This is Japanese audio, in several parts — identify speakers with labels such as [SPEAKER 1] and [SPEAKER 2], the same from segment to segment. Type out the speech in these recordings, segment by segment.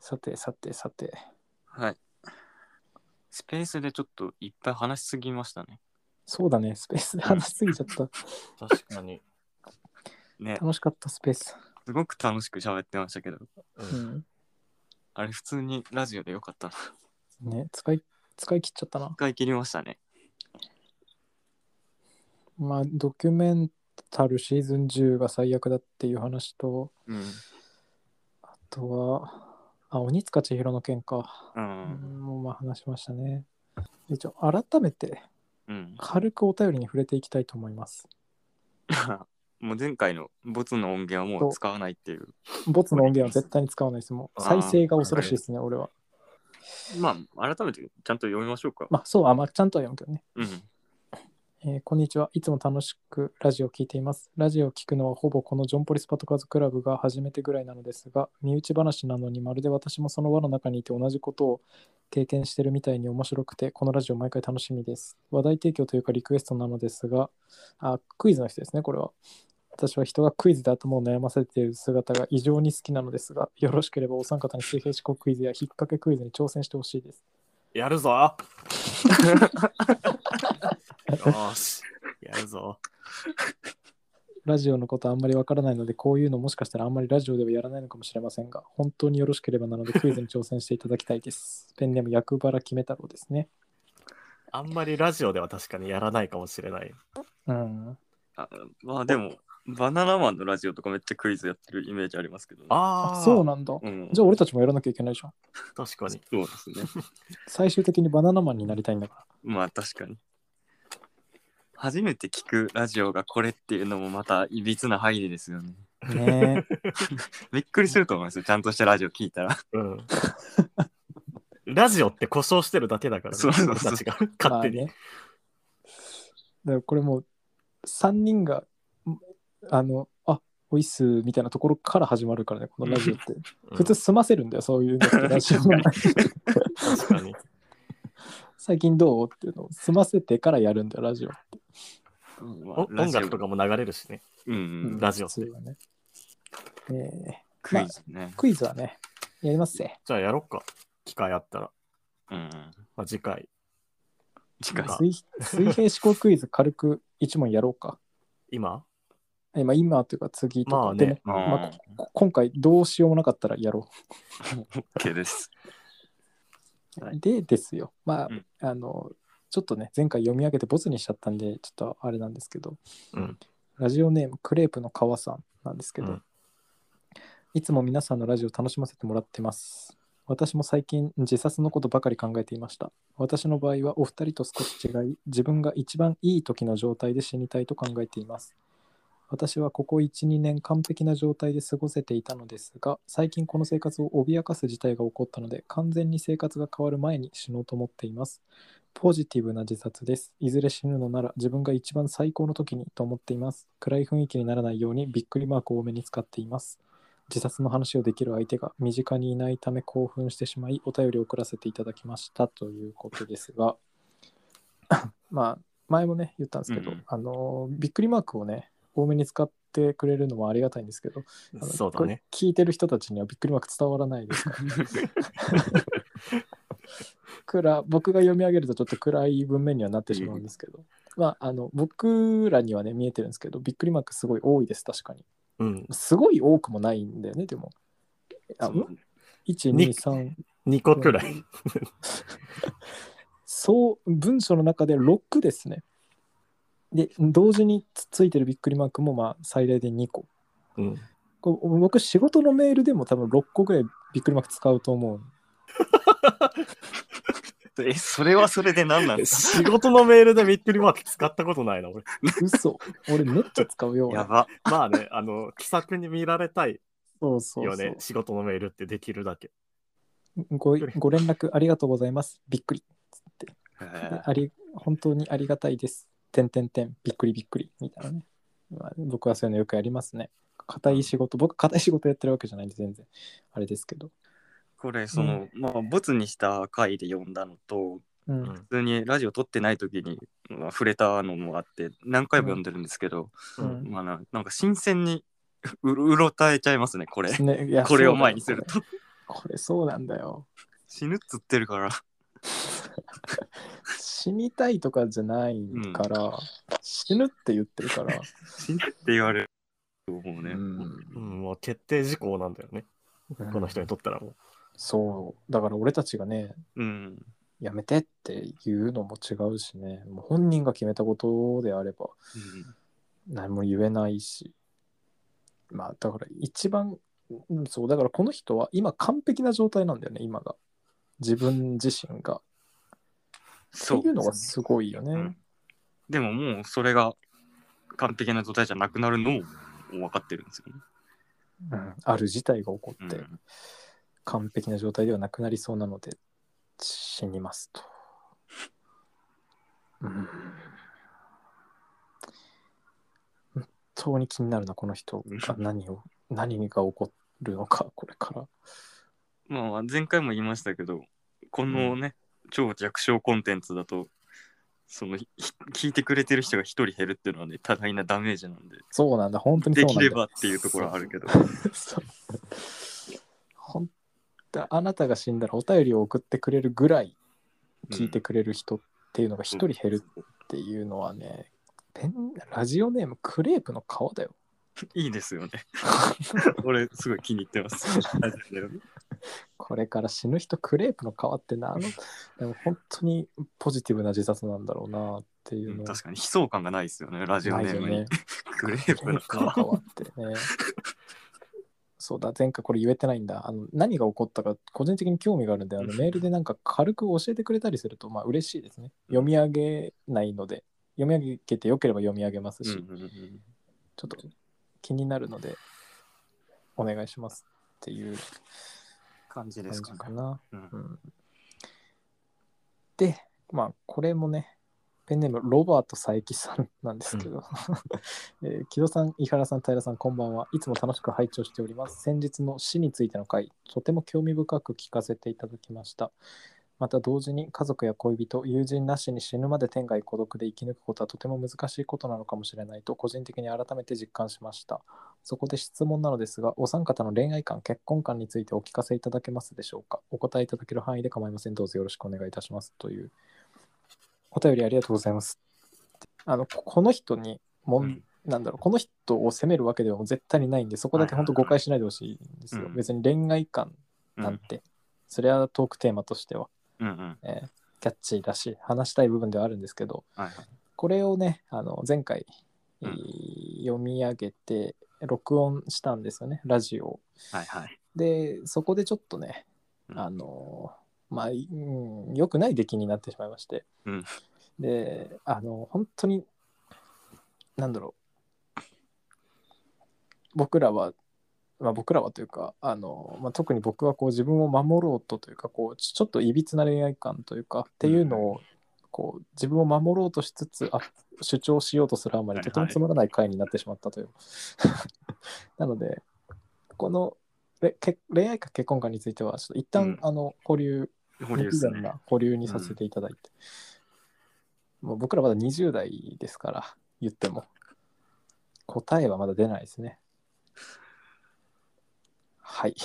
[SPEAKER 1] さてさてさて。
[SPEAKER 2] はい。スペースでちょっといっぱい話しすぎましたね。
[SPEAKER 1] そうだね、スペースで話しすぎちゃった。
[SPEAKER 3] 確かに。
[SPEAKER 2] ね、
[SPEAKER 1] 楽しかった、スペース。
[SPEAKER 2] すごく楽しく喋ってましたけど、
[SPEAKER 3] う
[SPEAKER 1] うんん。
[SPEAKER 2] あれ普通にラジオでよかったな。
[SPEAKER 1] ね、使い、使い切っちゃったな。
[SPEAKER 2] 使い切りましたね。
[SPEAKER 1] まあ、ドキュメンタルシーズン10が最悪だっていう話と、
[SPEAKER 2] うん。
[SPEAKER 1] あとは、あ、鬼塚千尋の件か。
[SPEAKER 2] う。
[SPEAKER 1] うんん、もうまあ話しましたね。一応、改めて、
[SPEAKER 2] うん。
[SPEAKER 1] 軽くお便りに触れていきたいと思います。
[SPEAKER 2] もう前回のボツの音源はもう使わないっていう。
[SPEAKER 1] ボツの音源は絶対に使わないです。もう、再生が恐ろしいですね、俺は。
[SPEAKER 2] まあ、改めてちゃんと読みましょうか。
[SPEAKER 1] まあ、そう、あ、まあ、ちゃんとは読むけどね。
[SPEAKER 2] うん。
[SPEAKER 1] えーこんにちは。いつも楽しくラジオを聞いています。ラジオを聞くのはほぼこのジョンポリスパトカーズクラブが初めてぐらいなのですが、身内話なのにまるで私もその輪の中にいて同じことを経験してるみたいに面白くて、このラジオ毎回楽しみです。話題提供というかリクエストなのですが、あクイズの人ですね、これは。私は人がクイズで頭を悩ませている姿が異常に好きなのですが、よろしければお三方に水平思考クイズや引っ掛けクイズに挑戦してほしいです。
[SPEAKER 3] やるぞよーし。やるぞ。
[SPEAKER 1] ラジオのことあんまりわからないので、こういうのもしかしたらあんまりラジオではやらないのかもしれませんが、本当によろしければなのでクイズに挑戦していただきたいです。ペンネーム、薬原決め太郎ですね。
[SPEAKER 3] あんまりラジオでは確かにやらないかもしれない。
[SPEAKER 1] うん。
[SPEAKER 2] あまあでも、バナナマンのラジオとかめっちゃクイズやってるイメージありますけど、ね。
[SPEAKER 3] あ
[SPEAKER 1] あ
[SPEAKER 3] あ、
[SPEAKER 1] そうなんだ。
[SPEAKER 2] うん。
[SPEAKER 1] じゃあ俺たちもやらなきゃいけないじゃん。
[SPEAKER 3] 確かに。
[SPEAKER 2] そうですね。
[SPEAKER 1] 最終的にバナナマンになりたいんだか
[SPEAKER 2] まあ確かに。初めて聞くラジオがこれっていうのもまたいびつな入りですよね。
[SPEAKER 1] ら。ねえ。
[SPEAKER 2] びっくりすると思いますよ。ちゃんとしたラジオ聞いたら。
[SPEAKER 3] うん。ラジオって故障してるだけだから、
[SPEAKER 2] そうそうそう
[SPEAKER 3] 俺たちが勝手に。
[SPEAKER 1] まあね。だからこれもう、3人が、んあの、あおいっすみたいなところから始まるからね、このラジオって。
[SPEAKER 3] うん
[SPEAKER 1] 普通済ませるんだよ、そういうのってラジオの前に
[SPEAKER 3] 確かに。
[SPEAKER 1] 最近どうっていうのを済ませてからやるんだよ、ラジオ。
[SPEAKER 2] まあ
[SPEAKER 3] お音楽と
[SPEAKER 2] か。
[SPEAKER 3] かも流れるしね。
[SPEAKER 2] うん、うん。
[SPEAKER 3] ラジオって
[SPEAKER 1] そうだね。え
[SPEAKER 2] クイズね
[SPEAKER 1] ー。クイズはね、やりますぜ。
[SPEAKER 3] じゃあやろっか。機会あったら。
[SPEAKER 2] うん。
[SPEAKER 3] まあ、次回。
[SPEAKER 2] 近い
[SPEAKER 3] あ。
[SPEAKER 1] 水水平思考クイズ軽く一問やろうか。
[SPEAKER 3] 今
[SPEAKER 1] えまあ今というか次とか
[SPEAKER 3] まあ
[SPEAKER 1] で
[SPEAKER 3] ね。
[SPEAKER 2] まあ
[SPEAKER 1] まあこ今回どうしようもなかったらやろ
[SPEAKER 2] OK です。
[SPEAKER 1] う。
[SPEAKER 2] はい
[SPEAKER 1] でですよ。まあ、
[SPEAKER 2] うん
[SPEAKER 1] あの、ちょっとね、前回読み上げてボツにしちゃったんで、ちょっとあれなんですけど、
[SPEAKER 3] うん。
[SPEAKER 1] ラジオネームクレープの川さんなんですけど、
[SPEAKER 3] うん
[SPEAKER 1] いつも皆さんのラジオ楽しませてもらってます。私も最近自殺のことばかり考えていました。私の場合はお二人と少し違い、自分が一番いい時の状態で死にたいと考えています。私はここ1、2年完璧な状態で過ごせていたのですが、最近この生活を脅かす事態が起こったので、完全に生活が変わる前に死のうと思っています。ポジティブな自殺です。いずれ死ぬのなら自分が一番最高の時にと思っています。暗い雰囲気にならないようにびっくりマークを多めに使っています。自殺の話をできる相手が身近にいないため興奮してしまいお便りを送らせていただきましたということですが まあ前もね言ったんですけど、
[SPEAKER 2] うんうん
[SPEAKER 1] あのびっくりマークをね多めに使ってくれるのもありがたいんですけどあの
[SPEAKER 3] そうだ
[SPEAKER 1] こ
[SPEAKER 3] ね
[SPEAKER 1] れ。聞いてる人たちにはびっくりマーク伝わらないですから暗僕が読み上げるとちょっと暗い文面にはなってしまうんですけど、まああの僕らにはね見えてるんですけどびっくりマークすごい多いです確かに
[SPEAKER 3] うん。
[SPEAKER 1] すごい多くもないんだよねでもあ
[SPEAKER 2] そう
[SPEAKER 3] に
[SPEAKER 1] 123
[SPEAKER 3] 2個くらい。
[SPEAKER 1] そう文章の中で6ですねで同時につついてるびっくりマークもまあ最大で2個
[SPEAKER 3] うん。
[SPEAKER 1] こう僕仕事のメールでも多分6個ぐらいびっくりマーク使うと思う
[SPEAKER 2] え、それはそれで何なん です
[SPEAKER 3] 仕事のメールでびっくりマーク使ったことないな、俺。
[SPEAKER 1] 嘘俺めっちゃ使うよ
[SPEAKER 2] かやば。
[SPEAKER 3] まあね、あの、気さくに見られたい
[SPEAKER 1] そうそうそう
[SPEAKER 3] よね。仕事のメールってできるだけ。
[SPEAKER 1] ごご連絡ありがとうございますびっくり
[SPEAKER 2] え
[SPEAKER 1] で
[SPEAKER 2] ー
[SPEAKER 1] あり本当にありがたいです。てんてんてん、びっくりびっくり、みたいなね。まあ僕はそういうのよくやりますね。硬い仕事、僕、硬い仕事やってるわけじゃないんで、全然。あれですけど。
[SPEAKER 2] これ、その、まあ、ボツにした回で読んだのと、
[SPEAKER 1] うん。
[SPEAKER 3] うん
[SPEAKER 2] 普通にラジオ撮ってない時に、まあ、触れたのもあって、何回も読んでるんですけど、
[SPEAKER 1] うん
[SPEAKER 2] まあな、なんか新鮮にううろたえちゃいますね、これ。
[SPEAKER 1] ねいや
[SPEAKER 2] これを前にする
[SPEAKER 1] そう
[SPEAKER 2] と。
[SPEAKER 1] これそうなんだよ。
[SPEAKER 2] 死ぬっつってるから。
[SPEAKER 1] 死にたいとかじゃないから、死ぬって言ってるから。
[SPEAKER 2] 死ぬって言われると思うね。
[SPEAKER 1] うん
[SPEAKER 3] うん、もう決定事項なんだよね。
[SPEAKER 1] うん
[SPEAKER 3] この人にとったらもう。
[SPEAKER 1] そう。だから俺たちがね、
[SPEAKER 2] うん。
[SPEAKER 1] やめてって言うのも違うしね、もう本人が決めたことであれば何も言えないし。まあだから一番、うんそう、だからこの人は今完璧な状態なんだよね、今が。自分自身が。って
[SPEAKER 2] そう。
[SPEAKER 1] いうのがすごいよね。
[SPEAKER 2] うんでももうそれが完璧な状態じゃなくなるのも分かってるんですよね。
[SPEAKER 1] うんある事態が起こって、
[SPEAKER 2] うん
[SPEAKER 1] 完璧な状態ではなくなりそうなので死にますと、うん、本当に気になるなこの人が
[SPEAKER 2] う
[SPEAKER 1] 何を何が起こるのかこれから
[SPEAKER 2] まあ前回も言いましたけど、このね、超弱小コンテンツだと、そのひ聞いてくれてる人が一人減るっていうのはね、多大なダメージなんで、
[SPEAKER 1] そうなんだ本当にそう
[SPEAKER 2] で
[SPEAKER 1] なんだ
[SPEAKER 2] きればっていうところはあるけど。
[SPEAKER 1] そうほんとあなたが死んだらお便りを送ってくれるぐらい聞いてくれる人っていうのが一人減るっていうのはね、ペンラジオネームクレープの顔だよ。
[SPEAKER 2] いいですよね。俺、すごい気に入ってます。
[SPEAKER 1] これから死ぬ人クレープの皮って なあのでも本当にポジティブな自殺なんだろうなっていううんの
[SPEAKER 2] 確かに悲壮感がないですよね、ラジオ
[SPEAKER 1] ない
[SPEAKER 2] ネ
[SPEAKER 1] よ
[SPEAKER 2] ームに。
[SPEAKER 1] ね。
[SPEAKER 2] グレープの
[SPEAKER 1] クレー
[SPEAKER 2] 皮。
[SPEAKER 1] プの皮って ね。そうだ前回これ言えてないんだあの何が起こったか個人的に興味があるんであの
[SPEAKER 2] うん
[SPEAKER 1] メールでなんか軽く教えてくれたりするとまあ嬉しいですね読み上げないので読み上げてよければ読み上げますし、
[SPEAKER 2] うんうんうん
[SPEAKER 1] ちょっと気になるのでお願いしますっていう
[SPEAKER 2] 感じで
[SPEAKER 1] 感
[SPEAKER 2] す
[SPEAKER 1] じ
[SPEAKER 2] かね
[SPEAKER 1] かな。
[SPEAKER 2] うん
[SPEAKER 1] うんで、まあ、これもね、ペンネームロバート佐伯さんなんですけど、 えー木戸さん、伊原さん、平さん、こんばんは。いつも楽しく拝聴しております。先日の死についての回、とても興味深く聞かせていただきました。また同時に家族や恋人、友人なしに死ぬまで天涯孤独で生き抜くことはとても難しいことなのかもしれないと個人的に改めて実感しました。そこで質問なのですが、お三方の恋愛観、結婚観についてお聞かせいただけますでしょうか。お答えいただける範囲で構いません。どうぞよろしくお願いいたします。というお便りありがとうございます。あのここの人にもん、
[SPEAKER 2] うん
[SPEAKER 1] なんだろう、この人を責めるわけでは絶対にないんで、そこだけ本当誤解しないでほしいんですよ。
[SPEAKER 2] うん
[SPEAKER 1] 別に恋愛観
[SPEAKER 2] うん
[SPEAKER 1] なんて、それはトークテーマとしては、
[SPEAKER 2] うんうん
[SPEAKER 1] えーキャッチーだし、話したい部分ではあるんですけど、
[SPEAKER 2] はいはい
[SPEAKER 1] これをね、あの前回、
[SPEAKER 2] うん
[SPEAKER 1] えー読み上げて、録音したんですよね、ラジオを。
[SPEAKER 2] はいはい
[SPEAKER 1] で、そこでちょっとね、
[SPEAKER 2] うん
[SPEAKER 1] あのーまあ、うん良くない出来になってしまいまして、
[SPEAKER 2] うん
[SPEAKER 1] で、あの、本当に、なんだろう、僕らは、まあ、僕らはというか、あのまあ、特に僕はこう自分を守ろうとというかこうちちょっといびつな恋愛観というかっていうのをこう自分を守ろうとしつつあ主張しようとするあまり
[SPEAKER 2] は
[SPEAKER 1] と
[SPEAKER 2] いはい
[SPEAKER 1] てもつまらない回になってしまったという。 なのでこのれけ恋愛か結婚かについてはちょっと一旦、
[SPEAKER 2] うん
[SPEAKER 1] あの保留
[SPEAKER 2] 保留です
[SPEAKER 1] 不自然
[SPEAKER 2] ね
[SPEAKER 1] な保留にさせていただいて、もう僕らまだ20代ですから言っても答えはまだ出ないですねはい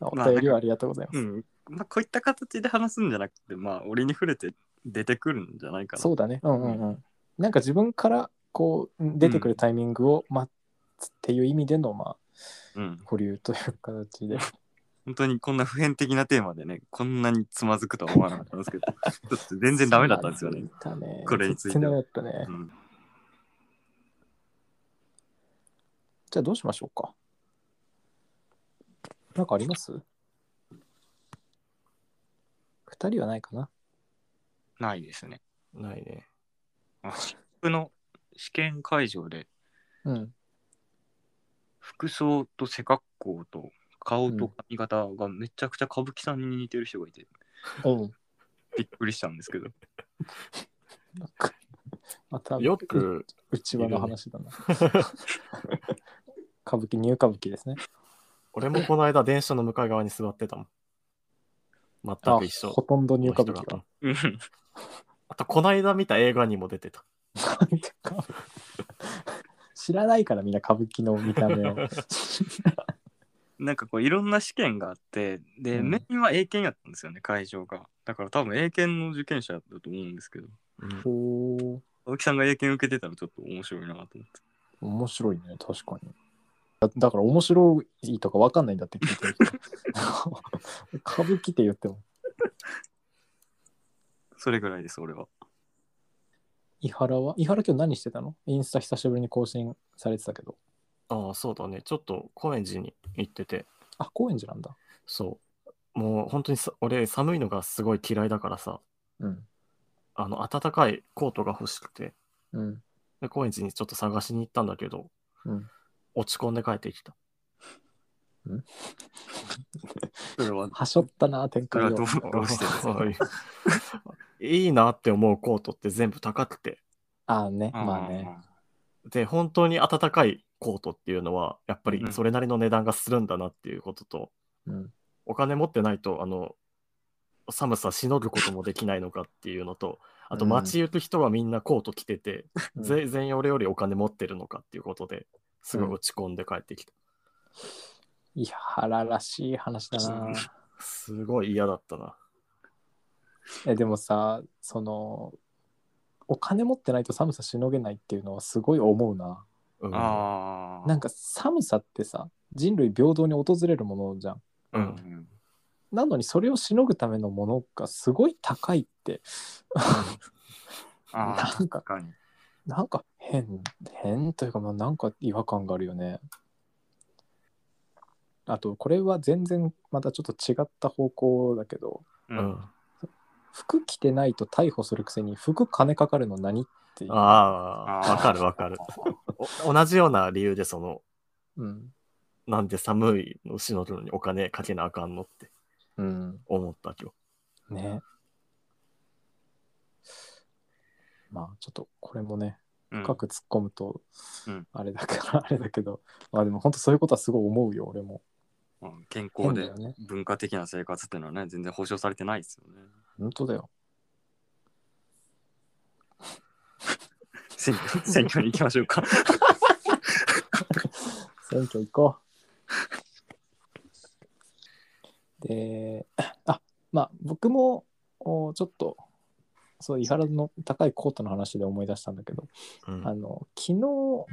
[SPEAKER 1] お
[SPEAKER 2] まあ
[SPEAKER 1] 便りはありがとうございます、
[SPEAKER 2] うんまあこういった形で話すんじゃなくてまあ俺に触れて出てくるんじゃないかな
[SPEAKER 1] そうだねうんうんうん、なんか自分からこう出てくるタイミングを待つっていう意味でのまあ
[SPEAKER 2] うん
[SPEAKER 1] 保留という形で
[SPEAKER 2] 本当にこんな普遍的なテーマでねこんなにつまずくとは思わなかったんですけどちょっと全然ダメだったんですよね
[SPEAKER 1] そうだね
[SPEAKER 2] これについて
[SPEAKER 1] 全
[SPEAKER 2] は
[SPEAKER 1] 然ダメだったね、
[SPEAKER 2] うん
[SPEAKER 1] じゃあどうしましょうかなんかあります二人はないかな
[SPEAKER 2] ないですね
[SPEAKER 3] ないね。
[SPEAKER 2] あ僕の試験会場で
[SPEAKER 1] うん。
[SPEAKER 2] 服装と背格好と顔と髪型がめちゃくちゃ歌舞伎さんに似てる人がい て
[SPEAKER 1] うん。
[SPEAKER 2] びっくりしたんですけど
[SPEAKER 1] また、
[SPEAKER 3] よ
[SPEAKER 1] う、
[SPEAKER 3] く、
[SPEAKER 1] うちわの話だな。歌舞伎、ニュー歌舞伎ですね。
[SPEAKER 3] 俺もこの間電車の向かい側に座ってたもん。全
[SPEAKER 1] あ
[SPEAKER 3] く一緒。
[SPEAKER 1] ほとんどニュー歌舞伎
[SPEAKER 3] この人
[SPEAKER 1] が
[SPEAKER 3] が。あと、この間見た映画にも出てた。
[SPEAKER 1] 知らないからみんな歌舞伎の見た目を。
[SPEAKER 2] なんかこういろんな試験があってで、
[SPEAKER 1] うん
[SPEAKER 2] メインは英検やったんですよね会場がだから多分英検の受験者だと思うんですけど
[SPEAKER 3] うん
[SPEAKER 1] おー
[SPEAKER 2] 青木さんが英検受けてたらちょっと面白いなと思って
[SPEAKER 1] 面白いね、確かに。だだから面白いとかわかんないんだって聞いてるけど。 歌舞伎って言っても。
[SPEAKER 2] それぐらいです俺は
[SPEAKER 1] 伊原は伊原今日何してたのインスタ久しぶりに更新されてたけど。
[SPEAKER 3] ああ、そうだね。ちょっと高円寺に行ってて、
[SPEAKER 1] あ、高円寺なんだ。
[SPEAKER 3] そう。もう本当にさ俺、寒いのがすごい嫌いだからさ、
[SPEAKER 1] うん。
[SPEAKER 3] あの、暖かいコートが欲しくて、
[SPEAKER 1] うん。
[SPEAKER 3] で高円寺にちょっと探しに行ったんだけど、
[SPEAKER 1] うん
[SPEAKER 3] 落ち込んで帰ってきた。
[SPEAKER 2] それは
[SPEAKER 1] はしょったな、展
[SPEAKER 2] そ
[SPEAKER 1] 開
[SPEAKER 2] れ
[SPEAKER 1] を
[SPEAKER 2] は。どうどうしてですか
[SPEAKER 3] いいなって思うコートって全部高くて、
[SPEAKER 1] ああね、まあね。
[SPEAKER 3] で、本当に暖かいコートっていうのは、やっぱりそれなりの値段がするんだなっていうことと、
[SPEAKER 1] うん。
[SPEAKER 3] お金持ってないとあの寒さしのぐこともできないのかっていうのとあと
[SPEAKER 1] うん
[SPEAKER 3] 街行く人はみんなコート着てて、
[SPEAKER 1] うん
[SPEAKER 3] ぜ全員俺よりお金持ってるのかっていうことですごい落ち込んで帰ってきた、
[SPEAKER 1] 伊原らしい話だな。
[SPEAKER 3] すごい嫌だったな
[SPEAKER 1] え、でもさ、その、お金持ってないと寒さしのげないっていうのはすごい思うな。
[SPEAKER 3] うん
[SPEAKER 2] ああ
[SPEAKER 1] なんか寒さってさ、人類平等に訪れるものじゃん。
[SPEAKER 3] う
[SPEAKER 2] うんん
[SPEAKER 1] なのにそれをしのぐためのものがすごい高いって、
[SPEAKER 2] ああ
[SPEAKER 1] なんか
[SPEAKER 2] 確かに
[SPEAKER 1] なんか変、変というか、まあ、なんか違和感があるよね。あと、これは全然またちょっと違った方向だけど、
[SPEAKER 2] うん
[SPEAKER 3] うん
[SPEAKER 1] 服着てないと逮捕するくせに、服金かかるの何っていう。
[SPEAKER 3] あ
[SPEAKER 2] あ
[SPEAKER 3] あ
[SPEAKER 2] ー
[SPEAKER 3] わかるわかるお同じような理由でその
[SPEAKER 1] うん。
[SPEAKER 3] なんで寒いのしのぐのにお金かけなあかんのって
[SPEAKER 1] うん。
[SPEAKER 3] 思った今
[SPEAKER 1] ね。まあ、ちょっとこれもね、
[SPEAKER 2] うん
[SPEAKER 1] 深く突っ込むと
[SPEAKER 2] うん、
[SPEAKER 1] あれだから、あれだけど、まあでも本当そういうことはすごい思うよ、俺も。
[SPEAKER 2] まあ健
[SPEAKER 1] 変
[SPEAKER 2] 康
[SPEAKER 1] だ
[SPEAKER 2] で
[SPEAKER 1] よね。
[SPEAKER 2] 文化的な生活っていうのはね全然保障されてないですよね
[SPEAKER 1] 本当だよ。
[SPEAKER 2] 選挙 選挙に行きましょうか
[SPEAKER 1] 選挙行こう。で、あまあ僕もおちょっと、そう、伊原の高いコートの話で思い出したんだけど、
[SPEAKER 3] 日、うん
[SPEAKER 1] あの昨日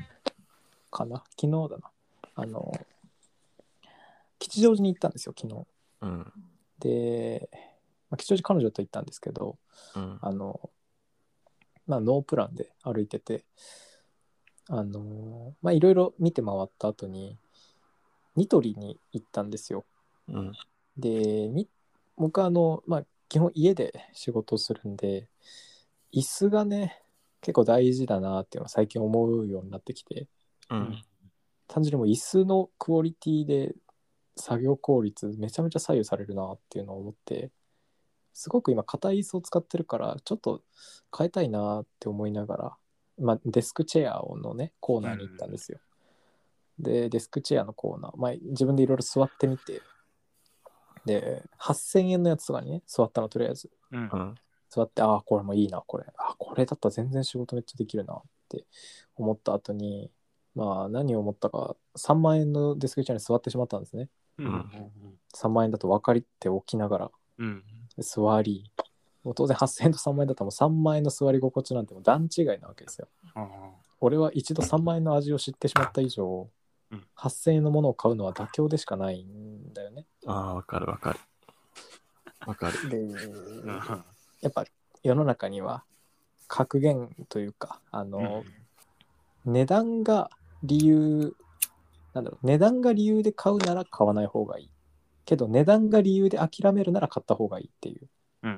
[SPEAKER 1] かな昨日だな。あの、吉祥寺に行ったんですよ、昨日。
[SPEAKER 3] うん
[SPEAKER 1] で、まあ、吉祥寺彼女と行ったんですけど、
[SPEAKER 3] うん
[SPEAKER 1] あの、まあ、ノープランで歩いてて、あの、まあ、いろいろ見て回った後に、ニトリに行ったんですよ。
[SPEAKER 3] うん
[SPEAKER 1] で、に僕はあの、まあ、基本家で仕事をするんで、椅子がね、結構大事だなっていうのは最近思うようになってきて、
[SPEAKER 3] うん
[SPEAKER 1] 単純にもう椅子のクオリティで作業効率めちゃめちゃ左右されるなっていうのを思ってすごく今硬い椅子を使ってるからちょっと変えたいなって思いながら、まあ、デスクチェアのねコーナーに行ったんですよ、でデスクチェアのコーナー、まあ、自分でいろいろ座ってみてで8000円のやつとかにね座ったのとりあえず
[SPEAKER 2] うん
[SPEAKER 3] うん
[SPEAKER 1] 座ってああこれもいいなこれあこれだったら全然仕事めっちゃできるなって思った後にまあ何を思ったか3万円のデスクチェアに座ってしまったんですね
[SPEAKER 2] うんうん
[SPEAKER 1] 3万円だと分かりっておきながら
[SPEAKER 2] うん
[SPEAKER 1] 座りもう当然8000円と3万円だったらもう3万円の座り心地なんてもう段違いなわけですよ
[SPEAKER 2] ああ
[SPEAKER 1] 俺は一度3万円の味を知ってしまった以上
[SPEAKER 2] うん
[SPEAKER 1] 8000円のものを買うのは妥協でしかないんだよね
[SPEAKER 3] ああわかるわかるわ かる
[SPEAKER 1] で
[SPEAKER 2] うん
[SPEAKER 1] やっぱ世の中には格言というかあの、値段が理由なんだろう値段が理由で買うなら買わない方がいいけど値段が理由で諦めるなら買った方がいいっていう、
[SPEAKER 2] うん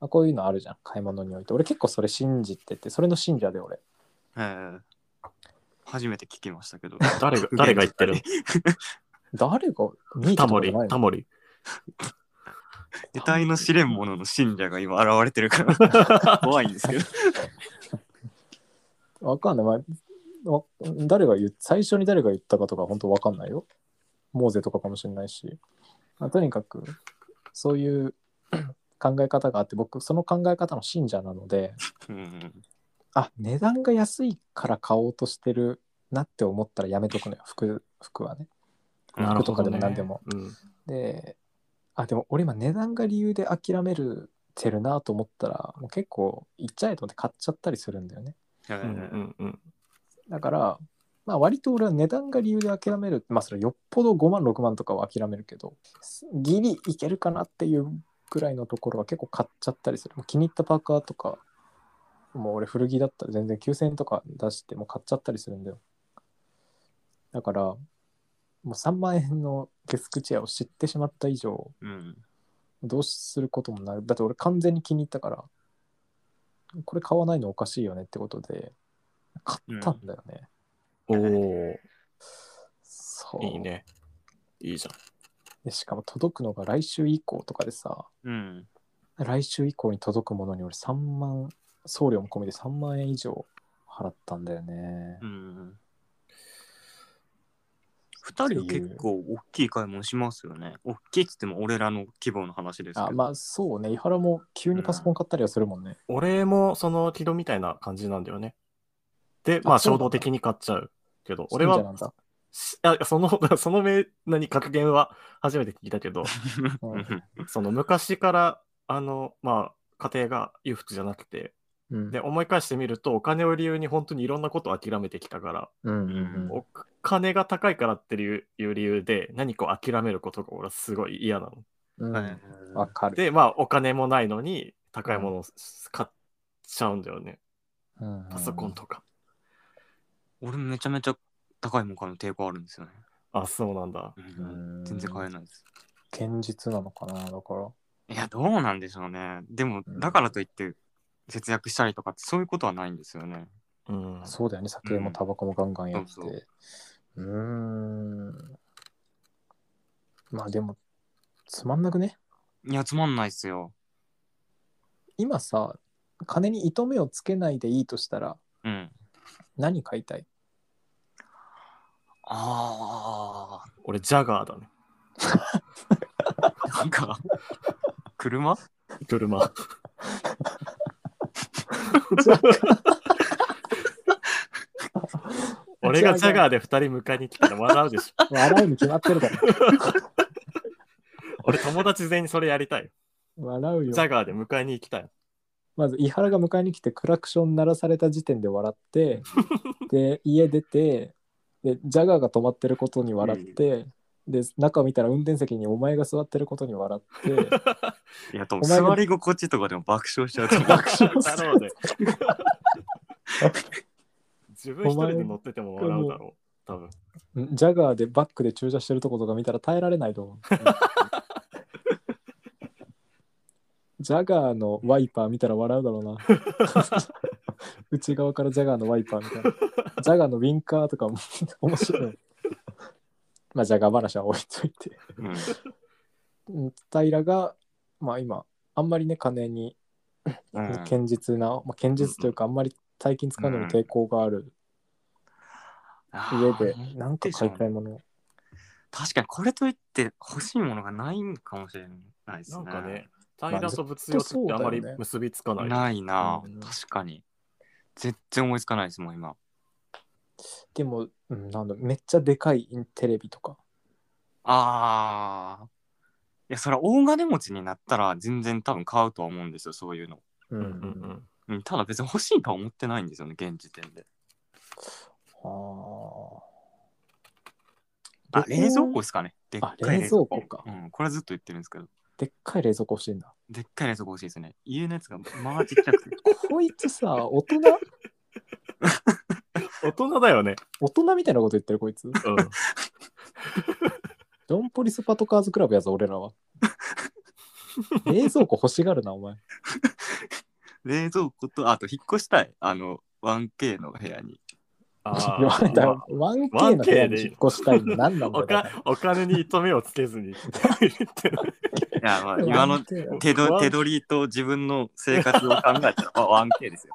[SPEAKER 1] まあ、こういうのあるじゃん買い物において俺結構それ信じててそれの信者で俺
[SPEAKER 2] えー初めて聞きましたけ ど。
[SPEAKER 3] 誰が誰が言ってる
[SPEAKER 1] 誰が見
[SPEAKER 3] タモリタモリ
[SPEAKER 2] 得体の知れんものの信者が今現れてる から、怖いんですけど。
[SPEAKER 1] わかんない、まあわ誰が言う最初に誰が言ったかとか本当わかんないよモーゼとかかもしれないし、まあとにかくそういう 考え方があって僕その考え方の信者なので
[SPEAKER 2] うん
[SPEAKER 1] あ値段が安いから買おうとしてるなって思ったらやめとくのよ服服はね
[SPEAKER 3] なるほど、ね。
[SPEAKER 1] 服とかでも何でも。
[SPEAKER 3] うん。
[SPEAKER 1] で、あ、でも俺今値段が理由で諦めるてるなと思ったら、もう結構いっちゃえと思って買っちゃったりするんだよね。
[SPEAKER 2] はいは
[SPEAKER 3] う
[SPEAKER 2] い
[SPEAKER 3] ん
[SPEAKER 2] はい
[SPEAKER 3] うんうん。
[SPEAKER 1] だから、まあ割と俺は値段が理由で諦める。まあそれよっぽど5万6万とかは諦めるけど、ギリいけるかなっていうくらいのところは結構買っちゃったりする。もう気に入ったパーカーとか、もう俺古着だったら全然9000円とか出してもう買っちゃったりするんだよ。だから、もう3万円のデスクチェアを知ってしまった以上、
[SPEAKER 2] うん。
[SPEAKER 1] どうすることもない。だって俺完全に気に入ったから、これ買わないのおかしいよねってことで、買ったんだよね。
[SPEAKER 3] おお
[SPEAKER 1] そう
[SPEAKER 3] いいね。いいじゃん。
[SPEAKER 1] でしかも届くのが来週以降とかでさ
[SPEAKER 2] うん。
[SPEAKER 1] 来週以降に届くものに俺3万送料も込みで3万円以上払ったんだよね
[SPEAKER 2] う、ん。二人は結構大きい買い物しますよね。大きいっつっても俺らの規模の話ですけど。
[SPEAKER 1] あまあそうね伊原も急にパソコン買ったりはするもんね、
[SPEAKER 3] 俺もその軌道みたいな感じなんだよね。で、まあ
[SPEAKER 1] あそうなん
[SPEAKER 3] 衝
[SPEAKER 1] だ
[SPEAKER 3] 動的に買っちゃうけど、俺は
[SPEAKER 1] 信者なんだ、
[SPEAKER 3] しあその、 その名、何、格言は初めて聞いたけど、
[SPEAKER 1] うん
[SPEAKER 3] その昔から、あの、まあ、家庭が裕福じゃなくて、
[SPEAKER 1] うん、
[SPEAKER 3] で、思い返してみると、お金を理由に本当にいろんなことを諦めてきたから、
[SPEAKER 1] うんうんうん
[SPEAKER 3] お金が高いからっていういう理由で、何かを諦めることが俺はすごい嫌なの。
[SPEAKER 1] うん
[SPEAKER 2] はいはい
[SPEAKER 1] わ
[SPEAKER 2] はい
[SPEAKER 1] かる、
[SPEAKER 3] で、まあ、お金もないのに、高いものを買っちゃうんだよね。
[SPEAKER 1] うんうん
[SPEAKER 3] パソコンとか。
[SPEAKER 2] 俺めちゃめちゃ高いもん買うの抵抗あるんですよね。
[SPEAKER 3] あ、そうなんだ。
[SPEAKER 1] う
[SPEAKER 2] うん
[SPEAKER 1] ん
[SPEAKER 2] 全然買えないです。
[SPEAKER 1] 現実なのかなだから
[SPEAKER 2] いや、どうなんでしょうね。でも、だからといって節約したりとかってそういうことはないんですよね。
[SPEAKER 3] うん。
[SPEAKER 1] そうだよね酒もタバコもガンガンやって
[SPEAKER 2] うんそう
[SPEAKER 1] うーんまあでもつまんなくね
[SPEAKER 2] いや、つまんないっすよ。
[SPEAKER 1] 今さ金に糸目をつけないでいいとしたら
[SPEAKER 2] うん。
[SPEAKER 1] 何買いたい
[SPEAKER 2] あ
[SPEAKER 3] 俺、ジャガーだね。
[SPEAKER 2] あ、なんか、車
[SPEAKER 3] 車。俺がジャガーで2人迎えに来たら笑うでしょ。
[SPEAKER 1] 笑うに決まってる だろ
[SPEAKER 3] 俺、友達全員それやりたいよ。
[SPEAKER 1] 笑う
[SPEAKER 3] ジ
[SPEAKER 1] よ
[SPEAKER 3] ャガーで迎えに行きたい。
[SPEAKER 1] まず伊原が迎えに来てクラクション鳴らされた時点で笑 ってで家出てでジャガーが止まってることに笑ってで中を見たら運転席にお前が座ってることに笑って
[SPEAKER 2] いや、と
[SPEAKER 1] お前が
[SPEAKER 2] 座り心地とかでも爆笑しちゃうと思う。
[SPEAKER 1] 爆笑
[SPEAKER 3] だ
[SPEAKER 1] す
[SPEAKER 3] ろう
[SPEAKER 1] る
[SPEAKER 3] ね。自分一人で乗ってても笑うだろう。多分。
[SPEAKER 1] うんジャガーでバックで駐車してるとことか見たら耐えられないと 思う。ジャガーのワイパー見たら笑うだろ うな。内側からジャガーのワイパーみたいな。ジャガーのウィンカーとかも 面白い。まあジャガー話は置いといて。
[SPEAKER 2] うん
[SPEAKER 1] うん平が、まあ今、あんまりね、金に
[SPEAKER 2] うん
[SPEAKER 1] 堅実な、まあ、堅実というか、あんまり大金使うのに抵抗がある上で、なんか買いたいもの。
[SPEAKER 2] 確かにこれといって欲しいものがないんかもしれないです
[SPEAKER 3] な
[SPEAKER 2] ね。
[SPEAKER 3] んかね、平と物欲ってあんまり結びつかない。
[SPEAKER 2] ないな、
[SPEAKER 1] うん
[SPEAKER 2] 確かに。全然思いつかないですもん、今。
[SPEAKER 1] でも、うん、なんだめっちゃでかいテレビとか。
[SPEAKER 2] ああ。いや、それは大金持ちになったら全然多分買うとは思うんですよ、そういうの。
[SPEAKER 1] う
[SPEAKER 3] うんうんうん。
[SPEAKER 2] うんただ別に欲しいとは思ってないんですよね、現時点で。
[SPEAKER 1] あ僕
[SPEAKER 2] あ、
[SPEAKER 1] も
[SPEAKER 2] 冷蔵庫ですかね。でっかい
[SPEAKER 1] 冷蔵庫か
[SPEAKER 2] うん、これはずっと言ってるんですけど。
[SPEAKER 1] でっかい冷蔵庫欲しいんだ。
[SPEAKER 2] でっかい冷蔵庫欲しいですね。家のやつがまあちっちゃくて。
[SPEAKER 1] こいつ さ、大人
[SPEAKER 3] 大人だよね。
[SPEAKER 1] 大人みたいなこと言ってるこいつ。
[SPEAKER 3] うん。
[SPEAKER 1] ジョンポリスパトカーズクラブやぞ、俺らは。冷蔵庫欲しがるな、お前。
[SPEAKER 2] 冷蔵庫と、あと引っ越したい。あの、1K の部屋に。
[SPEAKER 1] 言われた
[SPEAKER 3] あ
[SPEAKER 1] ら 1K の部屋に引っ越したいの何なんだろ
[SPEAKER 3] お
[SPEAKER 1] う
[SPEAKER 3] かお金に糸目をつけずに。
[SPEAKER 2] いや、 まあ、今の
[SPEAKER 1] 1K
[SPEAKER 2] 手ど
[SPEAKER 3] ワン
[SPEAKER 2] 手取りと自分の生活を考えたら、まあ、1K ですよ。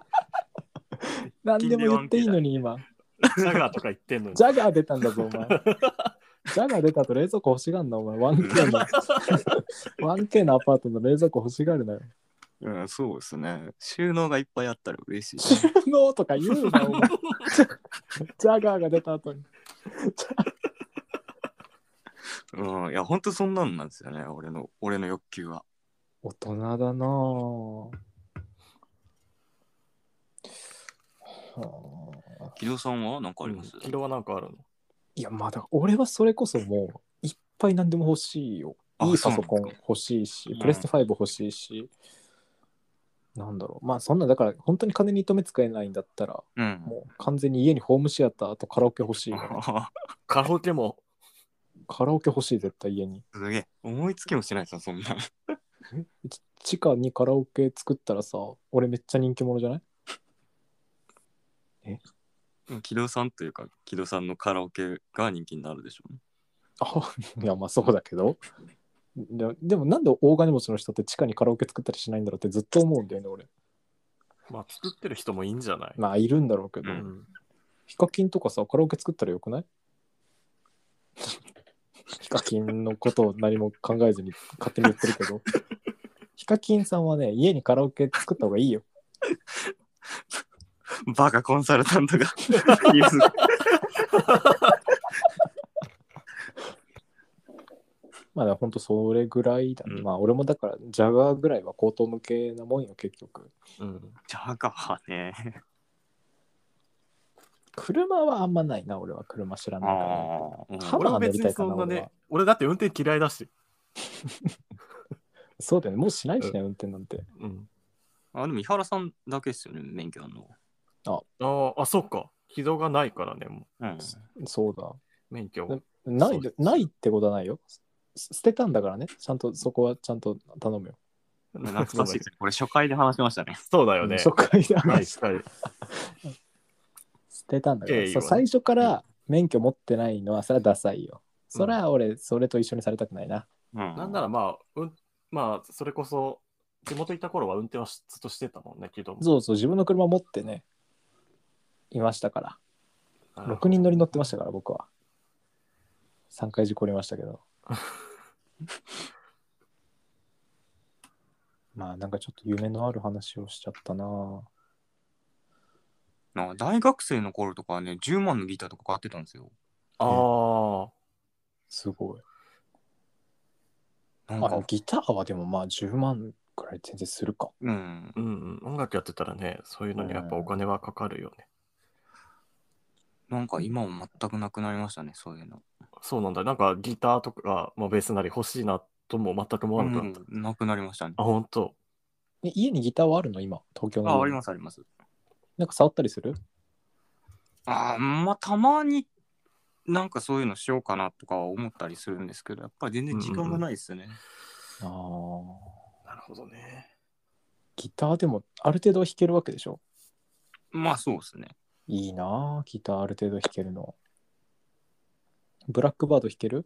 [SPEAKER 1] 何でも言っていいのに今。
[SPEAKER 3] ジャガーとか言ってんのに
[SPEAKER 1] ジ。ャガー出たんだぞ、お前。ジャガー出たと冷蔵庫欲しがるな、お前。1K の、1K のアパートの冷蔵庫欲しがるなよ。
[SPEAKER 2] うん、そうですね。収納がいっぱいあったら嬉しい。
[SPEAKER 1] 収納とか言うな、お前。ジャガーが出た後に。
[SPEAKER 2] うん、いや、ほんとそんなんなんですよね、俺の、俺の欲求は。
[SPEAKER 1] 大人だなぁ。はあ
[SPEAKER 2] 木戸さんは何かあります、
[SPEAKER 3] 軌道はなんかあるの
[SPEAKER 1] いや、まあだから俺はそれこそもう、いっぱい何でも欲しいよ。
[SPEAKER 2] あ
[SPEAKER 1] いいパソコ
[SPEAKER 2] そうなん
[SPEAKER 1] ン欲しいし
[SPEAKER 2] うん、
[SPEAKER 1] プレステ5欲しいし、なんだろう。まあそんな、だから本当に金に糸目使えないんだったら、
[SPEAKER 2] うん。
[SPEAKER 1] もう完全に家にホームシアターとカラオケ欲しいよね、
[SPEAKER 3] カラオケも、
[SPEAKER 1] カラオケ欲しい、絶対家に。
[SPEAKER 2] すげえ。思いつきもしないさ、そんな。
[SPEAKER 1] ち地下にカラオケ作ったらさ、俺めっちゃ人気者じゃない
[SPEAKER 2] 木戸さんというか、木戸さんのカラオケが人気になるでしょうね。
[SPEAKER 1] あいやまあそうだけどででもなんで大金持ちの人って地下にカラオケ作ったりしないんだろうってずっと思うんだよね俺
[SPEAKER 3] まあ、作ってる人もいいんじゃない、
[SPEAKER 1] まあいるんだろうけど、
[SPEAKER 2] う
[SPEAKER 3] うん、
[SPEAKER 1] ヒカキンとかさカラオケ作ったらよくない ヒカキンのことを何も考えずに勝手に言ってるけどヒカキンさんはね家にカラオケ作った方がいいよ
[SPEAKER 2] バカコンサルタントがいる。
[SPEAKER 1] まあだからほんとそれぐらいだ、ね
[SPEAKER 2] うん
[SPEAKER 1] まあ俺もだからジャガーぐらいは高等向けなもんよ結局
[SPEAKER 3] うん。
[SPEAKER 2] ジャガーね。
[SPEAKER 1] 車はあんまないな俺は車知らないから
[SPEAKER 2] ああ。
[SPEAKER 1] ハ
[SPEAKER 3] 俺
[SPEAKER 1] マ
[SPEAKER 3] は
[SPEAKER 1] ー乗
[SPEAKER 3] 別
[SPEAKER 1] りた
[SPEAKER 3] に
[SPEAKER 1] いかな
[SPEAKER 3] そ
[SPEAKER 1] ん
[SPEAKER 3] な
[SPEAKER 1] 俺は
[SPEAKER 3] ね、俺だって運転嫌いだし。
[SPEAKER 1] そうだよねもうしないしね、運転なんて
[SPEAKER 3] うん。
[SPEAKER 2] あ、でも、井原さんだけですよね、免許あんの。
[SPEAKER 3] ああ、あ、そっか。軌道がないからね、も
[SPEAKER 2] うん。
[SPEAKER 1] そうだ
[SPEAKER 3] う免許
[SPEAKER 1] でな
[SPEAKER 3] そ
[SPEAKER 1] いう
[SPEAKER 3] です
[SPEAKER 1] ないってことはないよ。す捨てたんだからね、ちゃんとそこはちゃんと頼むよ。
[SPEAKER 2] 懐かしいですね。これ初回で話しましたね。
[SPEAKER 3] そうだよね。
[SPEAKER 1] 初回で
[SPEAKER 3] は
[SPEAKER 1] 話
[SPEAKER 3] い、
[SPEAKER 1] し
[SPEAKER 3] はい。
[SPEAKER 1] 捨てたんだから、
[SPEAKER 3] 経緯
[SPEAKER 1] そ
[SPEAKER 3] はね
[SPEAKER 1] う最初から免許持ってないのはそれはダサいよ。それは俺、それと一緒にされたくないな。
[SPEAKER 2] うん。
[SPEAKER 3] なんならまあ、うん、まあ、それこそ、地元行った頃は運転はずっとしてたもんね、軌道も。
[SPEAKER 1] そうそう、自分の車持ってね、いましたから。
[SPEAKER 3] あー
[SPEAKER 1] 6人乗り乗ってましたから、僕は。3回事故りましたけ ど。まあ、なんかちょっと夢のある話をしちゃったなぁ。
[SPEAKER 2] な大学生の頃とかはね、10万のギターとか買ってたんですよ。
[SPEAKER 3] あー
[SPEAKER 1] すごい。
[SPEAKER 2] なん
[SPEAKER 1] あ
[SPEAKER 2] か、
[SPEAKER 1] ギターはでもまあ10万くらい全然するか。
[SPEAKER 2] うん。
[SPEAKER 3] うんうん。音楽やってたらね、そういうのにやっぱお金はかかるよね。
[SPEAKER 2] なんか今も全くなくなりましたね、そういうの。
[SPEAKER 3] そうなんだ。なんかギターとか、まあ、ベースなり欲しいなとも全く思わなくなった。
[SPEAKER 2] うんなくなりましたね。
[SPEAKER 3] あ、本当。
[SPEAKER 1] え家にギターはあるの今、東京の家に。
[SPEAKER 2] あ、ありますあります。
[SPEAKER 1] なんか触ったりする
[SPEAKER 2] あーまあ、たまになんかそういうのしようかなとかは思ったりするんですけど、やっぱり全然時間がないですね。
[SPEAKER 1] ああ。
[SPEAKER 3] なるほどね。
[SPEAKER 1] ギターでもある程度は弾けるわけでしょ
[SPEAKER 2] まあ、そうですね。
[SPEAKER 1] いいなあギターある程度弾けるの。ブラックバード弾ける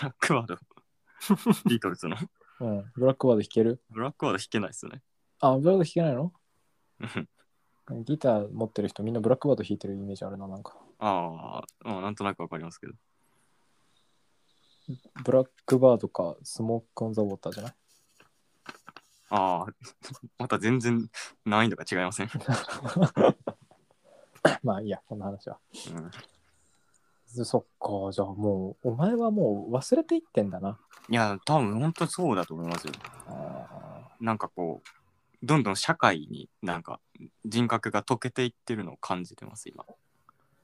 [SPEAKER 2] ブラックワード。ビートルズの。
[SPEAKER 1] うん。ブラックバード弾ける
[SPEAKER 2] ブラックワード弾けないですね。
[SPEAKER 1] あ、ブラックバード弾けないの
[SPEAKER 2] うん
[SPEAKER 1] ギター持ってる人みんなブラックバード弾いてるイメージあるな、なんか。
[SPEAKER 2] あーあー、なんとなくわかりますけど。
[SPEAKER 1] ブラックバードかスモーク・オン・ザ・ウォーターじゃない
[SPEAKER 2] ああ、また全然難易度が違いません。
[SPEAKER 1] まあいいや、こんな話は。
[SPEAKER 2] うん
[SPEAKER 1] そっか、じゃあもう、お前はもう忘れていってんだな。
[SPEAKER 2] いや、多分本当にそうだと思いますよ。なんかこう、どんどん社会になんか人格が溶けていってるのを感じてます、今。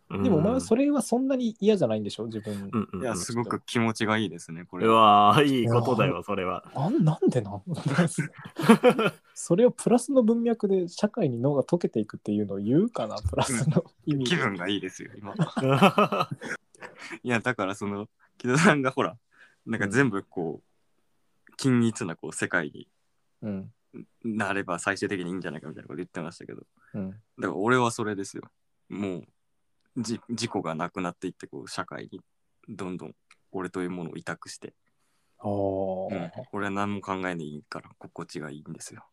[SPEAKER 1] でもお前は
[SPEAKER 3] れ、
[SPEAKER 1] それはそんなに嫌じゃないんでしょ自分
[SPEAKER 3] う。んうん、
[SPEAKER 2] いや、すごく気持ちがいいですね、こ
[SPEAKER 3] こ
[SPEAKER 2] れ
[SPEAKER 3] れ
[SPEAKER 2] は。
[SPEAKER 3] いいことだよ、それは。
[SPEAKER 1] なんなんでなん それをプラスの文脈で社会に脳が溶けていくっていうのを言うかなプラスの意味
[SPEAKER 2] 気分がいいですよ、 今。 いや、だからその、木戸さんがほら、なんか全部こう、均一なこう世界に
[SPEAKER 1] うん。
[SPEAKER 2] なれば最終的にいいんじゃないかみたいなこと言ってましたけど、
[SPEAKER 1] うん。
[SPEAKER 2] だから俺はそれですよ。もう、じ事故がなくなっていって、こう、社会にどんどん俺というものを委託して、
[SPEAKER 1] あー
[SPEAKER 2] うん、俺は何も考えないから心地がいいんですよ。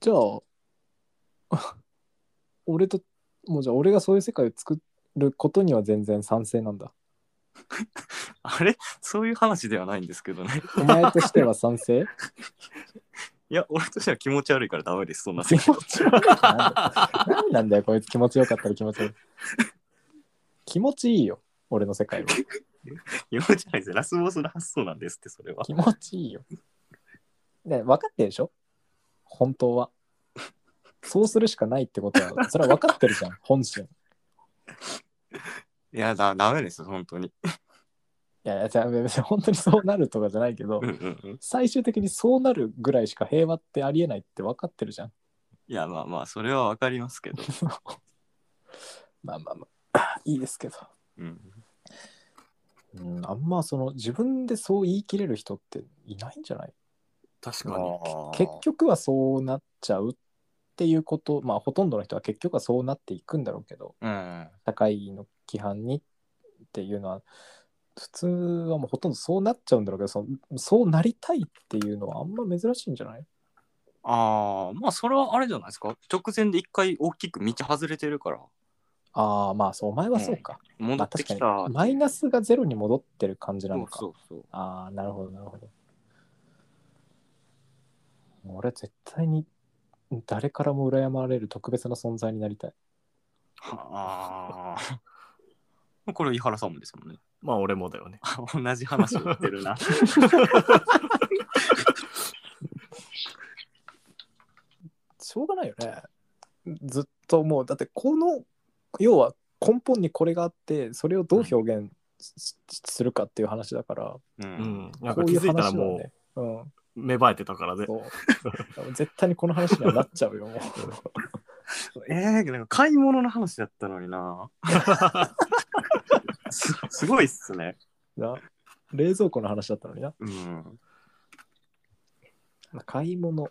[SPEAKER 1] じゃあ、 俺と、もうじゃあ俺がそういう世界を作ることには全然賛成なんだ。
[SPEAKER 2] あれそういう話ではないんですけどね。
[SPEAKER 1] お前としては賛成
[SPEAKER 2] いや、俺としては気持ち悪いからダメです、そん な
[SPEAKER 1] 気
[SPEAKER 2] 世界
[SPEAKER 1] 持ち悪いな。なんだよなんなんだよ、こいつ気持ちよかったら気持ち悪い。気持ちいいよ。俺の世界は。
[SPEAKER 2] 気持ちないですよラスボスの発想なんですって、それは。
[SPEAKER 1] 気持ちいいよ。ね、分かってるでしょ本当は。そうするしかないってことは、それは分かってるじゃん、本心。い
[SPEAKER 2] いや、だ、ダメです、本当に。
[SPEAKER 1] やいや、じゃあ別に本当にそうなるとかじゃないけど
[SPEAKER 2] うん、うんうん。
[SPEAKER 1] 最終的にそうなるぐらいしか平和ってありえないって分かってるじゃん。
[SPEAKER 2] いや、まあまあ、それはわかりますけど。
[SPEAKER 1] まあまあまあ、 いいですけど。
[SPEAKER 2] うん。
[SPEAKER 1] うん、あんまその自分でそう言い切れる人っていないんじゃない
[SPEAKER 3] 確かに。
[SPEAKER 1] 結
[SPEAKER 2] 結
[SPEAKER 1] 局はそうなっちゃうっていうことまあほとんどの人は結局はそうなっていくんだろうけど
[SPEAKER 2] うん。
[SPEAKER 1] 社会の規範にっていうのは普通はもうほとんどそうなっちゃうんだろうけどそのそうなりたいっていうのはあんま珍しいんじゃない
[SPEAKER 2] ああ、まあそれはあれじゃないですか。直前で一回大きく道外れてるから、
[SPEAKER 1] ああまあそうお前はそうか、
[SPEAKER 2] 戻
[SPEAKER 1] まあ
[SPEAKER 2] って
[SPEAKER 1] 確か
[SPEAKER 2] き
[SPEAKER 1] に
[SPEAKER 2] た。
[SPEAKER 1] マイナスがゼロに戻ってる感じな
[SPEAKER 2] そ
[SPEAKER 1] の
[SPEAKER 2] う
[SPEAKER 1] か
[SPEAKER 2] そうそう。
[SPEAKER 1] ああなるほどなるほど俺絶対に誰からも羨まれる特別な存在になりたい
[SPEAKER 2] はあ。 これ、井原さんもですもんね。
[SPEAKER 3] まあ、俺もだよね。
[SPEAKER 2] 同じ話を言ってるな。
[SPEAKER 1] しょうがないよねずっともうだってこの要は根本にこれがあってそれをどう表現ししするかっていう話だから
[SPEAKER 2] う。
[SPEAKER 3] うんん。なん
[SPEAKER 1] こ
[SPEAKER 3] か
[SPEAKER 1] う
[SPEAKER 3] 気
[SPEAKER 1] いう
[SPEAKER 3] づいたら
[SPEAKER 1] 話は
[SPEAKER 3] もう
[SPEAKER 1] ねうん
[SPEAKER 3] 芽生えてたからね。
[SPEAKER 1] そう絶対にこの話にはなっちゃうよ もう
[SPEAKER 2] えー、なんか買い物の話だったのに な。すすごいっすね。
[SPEAKER 1] な冷蔵庫の話だったのにな
[SPEAKER 2] うん。
[SPEAKER 1] 買い物